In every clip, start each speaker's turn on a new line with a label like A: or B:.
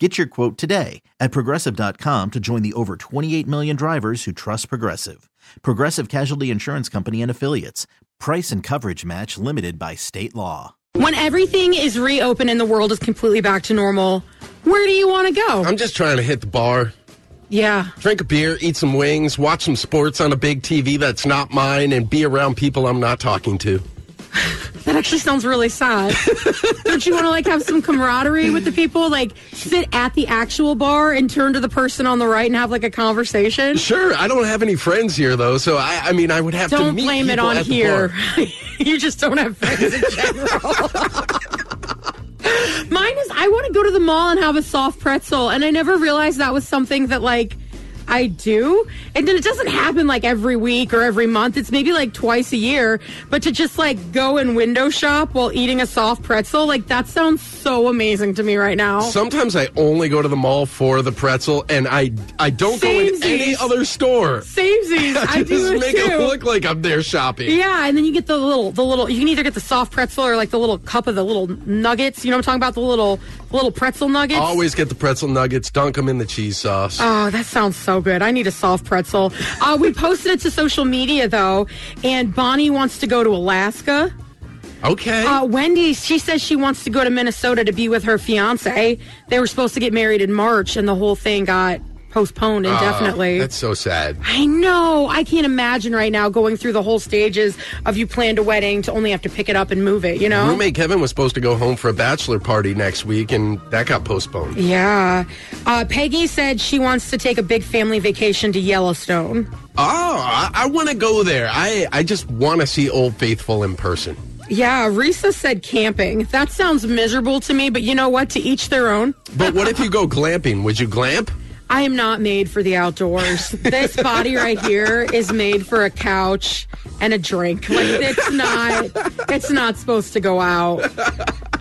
A: Get your quote today at progressive.com to join the over 28 million drivers who trust Progressive. Progressive Casualty Insurance Company and Affiliates. Price and coverage match limited by state law.
B: When everything is reopened and the world is completely back to normal, where do you want to go?
C: I'm just trying to hit the bar,
B: yeah.
C: drink a beer, eat some wings, watch some sports on a big TV that's not mine, and be around people I'm not talking to.
B: That actually sounds really sad. Don't you want to like have some camaraderie with the people? Like sit at the actual bar and turn to the person on the right and have like a conversation?
C: Sure, I don't have any friends here though, so I, I mean, I would have to
B: Don't
C: meet
B: blame it
C: people
B: on
C: at the
B: here.
C: bar.
B: you just don't have friends in general. Mine is I want to go to the mall and have a soft pretzel, and I never realized that was something that like I do. And then it doesn't happen like every week or every month. It's maybe like twice a year. But to just like go and window shop while eating a soft pretzel, like that sounds so amazing to me right now.
C: Sometimes I only go to the mall for the pretzel, and I I don't go in any
B: Samesies.
C: other store.
B: Samesies, I,
C: just
B: do it
C: make
B: too.
C: it look like I'm there shopping.
B: Yeah, and then you get the little, the little. You can either get the soft pretzel or like the little cup of the little nuggets. You know what I'm talking about? The little, little pretzel nuggets.
C: Always get the pretzel nuggets, dunk them in the cheese sauce.
B: Oh, that sounds so good. I need a soft pretzel. Uh, we posted it to social media though, and Bonnie wants to go to Alaska.
C: okay.
B: Uh, Wendy, she says she wants to go to Minnesota to be with her fiance. They were supposed to get married in March, and the whole thing got postponed indefinitely.
C: Oh, That's so sad.
B: I know. I can't imagine right now going through the whole stages of you planned a wedding to only have to pick it up and move it, you know?
C: Roommate Kevin was supposed to go home for a bachelor party next week, and that got postponed.
B: Yeah. Uh, Peggy said she wants to take a big family vacation to Yellowstone.
C: Oh, I, I want to go there. I, I just want to see Old Faithful in person.
B: Yeah, Risa said camping. That sounds miserable to me, but you know what? To each their own.
C: But what if you go glamping? Would you glamp?
B: I am not made for the outdoors. this body right here is made for a couch and a drink. Like it's not it's not supposed to go out.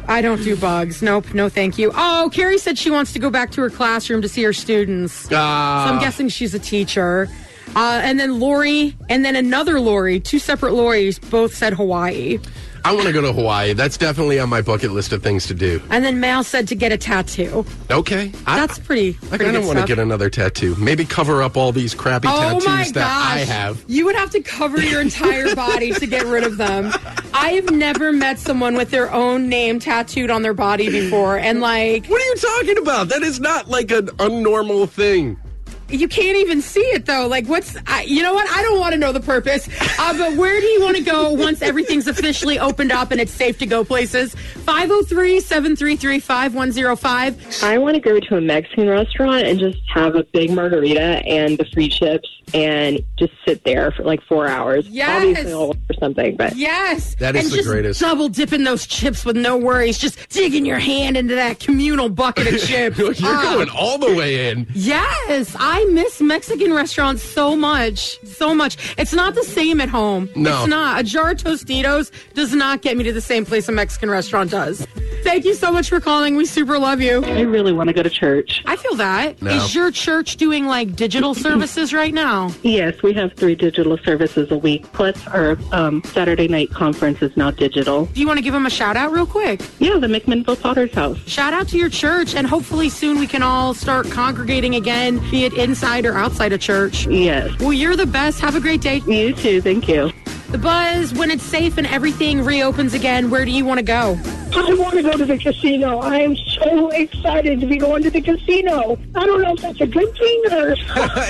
B: I don't do bugs. Nope, no thank you. Oh, Carrie said she wants to go back to her classroom to see her students.
C: Ah.
B: So I'm guessing she's a teacher. Uh, and then Lori, and then another Lori, two separate Loris, both said Hawaii.
C: I want to go to Hawaii. That's definitely on my bucket list of things to do.
B: And then Mal said to get a tattoo.
C: Okay. I,
B: That's pretty.
C: I
B: pretty
C: kind of
B: good
C: want to
B: stuff.
C: get another tattoo. Maybe cover up all these crappy
B: Oh
C: tattoos
B: my gosh.
C: that I have.
B: You would have to cover your entire body to get rid of them. I have never met someone with their own name tattooed on their body before. And like,
C: What are you talking about? That is not like an unnormal thing.
B: you can't even see it though. Like, what's, I, you know what? I don't want to know the purpose. Uh, but where do you want to go once everything's officially opened up and it's safe to go places? 503 733 5105.
D: I want to go to a Mexican restaurant and just have a big margarita and the free chips and just sit there for like four hours.
B: Yes.
D: Obviously, I'll order something, but
B: Yes.
C: That is
B: and
C: the
B: just
C: greatest.
B: Double dipping those chips with no worries. Just digging your hand into that communal bucket of chips.
C: You're
B: Ah.
C: going all the way in.
B: Yes, I miss Mexican restaurants so much, so much. It's not the same at home.
C: No.
B: it's not. A jar of Tostitos does not get me to the same place a Mexican restaurant does. Thank you so much for calling. We super love you.
D: I really want to go to church.
B: I feel that. Is
C: No.
B: your church doing like digital services right now?
D: Yes, we have three digital services a week, plus our um, Saturday night conference is now digital.
B: Do you want to give them a shout out real quick?
D: Yeah, the McMinnville Potter's House.
B: Shout out to your church, and hopefully soon we can all start congregating again, be it inside or outside of church.
D: Yes.
B: Well, you're the best. Have a great day.
D: You too. Thank you.
B: The buzz, when it's safe and everything reopens again, where do you want to go?
E: I want to go to the casino. I am so excited to be going to the casino. I don't know if that's a good thing or.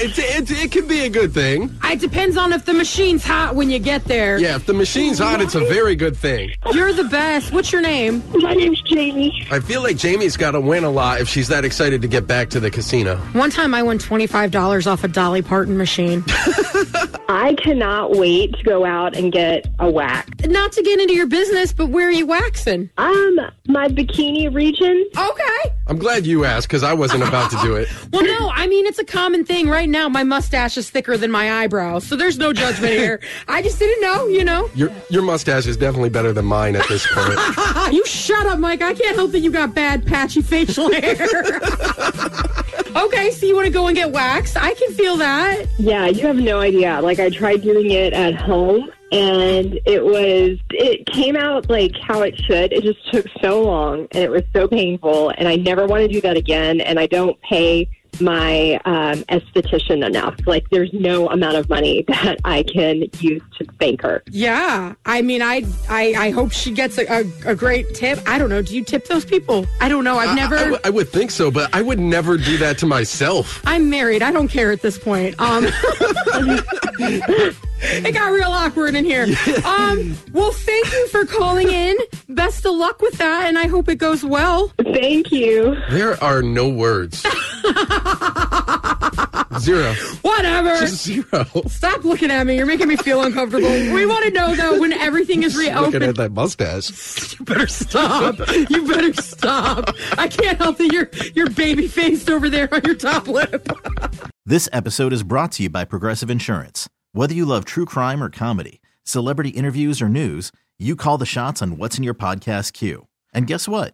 C: it's, it's, it can be a good thing.
B: Uh, It depends on if the machine's hot when you get there.
C: Yeah, if the machine's hot, it's a very good thing.
B: You're the best. What's your name?
E: My name's Jamie.
C: I feel like Jamie's got to win a lot if she's that excited to get back to the casino.
B: One time I won $25 off a Dolly Parton machine.
D: I cannot wait to go out and get a whack.
B: Not to get into your business, but where are you waxing?
D: Um, my bikini region.
B: Okay.
C: I'm glad you asked because I wasn't about to do it.
B: Well, no, I mean it's a common thing right now. My mustache is thicker than my eyebrow, so there's no judgment here. I just didn't know, you know.
C: Your your mustache is definitely better than mine at this point.
B: Ah, you shut up, Mike. I can't help that you got bad patchy facial hair. okay, so you want to go and get waxed? I can feel that.
E: Yeah, you have no idea. Like I tried doing it at home and it was it came out like how it should. It just took so long and it was so painful and I never want to do that again and I don't pay my um, esthetician enough. Like there's no amount of money that I can use to thank her.
B: Yeah, I mean, I I, I hope she gets a, a, a great tip. I don't know. Do you tip those people? I don't know. I've never.
C: I, I w- I would think so, but I would never do that to myself.
B: I'm married. I don't care at this point. Um, it got real awkward in here. Um, well, thank you for calling in. Best of luck with that, and I hope it goes well.
E: Thank you.
C: There are no words. Zero.
B: Whatever.
C: Just zero.
B: Stop looking at me. You're making me feel uncomfortable. We want to know though when everything is
C: Looking
B: reopened.
C: at that mustache.
B: You better stop. You better stop. I can't help that you're you're baby faced over there on your top lip.
A: This episode is brought to you by Progressive Insurance. Whether you love true crime or comedy, celebrity interviews or news, you call the shots on what's in your podcast queue. And guess what?